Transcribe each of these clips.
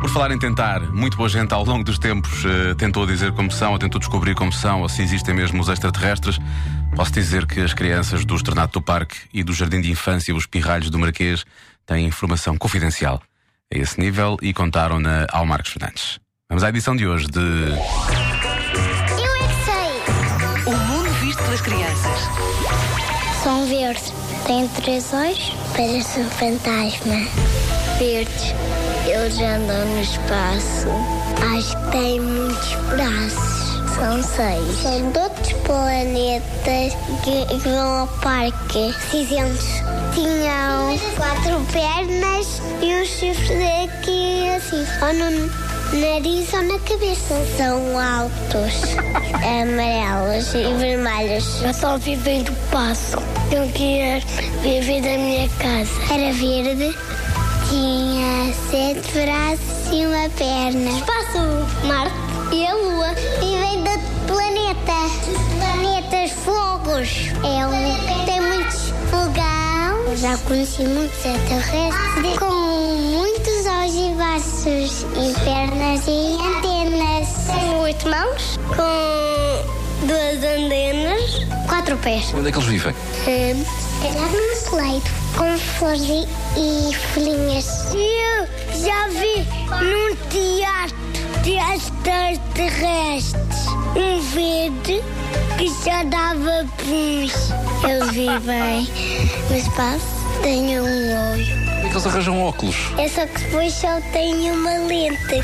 Por falar em tentar, muito boa gente ao longo dos tempos eh, tentou dizer como são, ou tentou descobrir como são, ou se existem mesmo os extraterrestres. Posso dizer que as crianças do Estrenato do Parque e do Jardim de Infância Os Pirralhos do Marquês têm informação confidencial a esse nível e contaram-na ao Marcos Fernandes. Vamos à edição de hoje de. Eu é que sei. O mundo visto pelas crianças. São verdes. Têm três olhos. Parece um fantasma. Verdes. Eles andam no espaço. Acho que têm muitos braços. São seis. São de outros planetas que, que vão ao parque. Cinzentos. Tinham quatro pernas e os chifres aqui assim. Ou no nariz ou na cabeça. São altos, amarelos e vermelhos. Eu só vivem do passo. Eu queria viver da minha casa. Era verde. Tinha sete braços e uma perna. Espaço, Marte e a Lua vivem de outro planeta. Planetas fogos. É um tem muitos fogão. Já conheci muitos extraterrestres com muitos algibaços e pernas e antenas. Com oito mãos. Com duas antenas. Quatro pés. Onde é que eles vivem? É num celeiro com flores e, e folhinhas. Eu já vi num teatro de extraterrestres um verde que já dava puns. Eu vi bem no espaço. Tenho um olho. Onde é que eles arranjam óculos? É só que depois só tenho uma lente.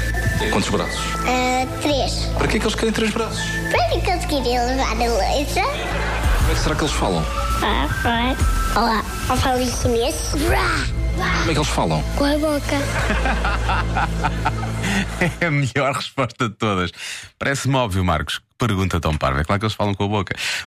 Quantos braços? Ah, três. Para que é que eles querem três braços? Para conseguir levar a letra. Como é que será que eles falam? ah. Olá, eu falo em chinês. Como é que eles falam? Com a boca. É a melhor resposta de todas. Parece-me óbvio, Marcos. que Pergunta tão parva. É claro que eles falam com a boca.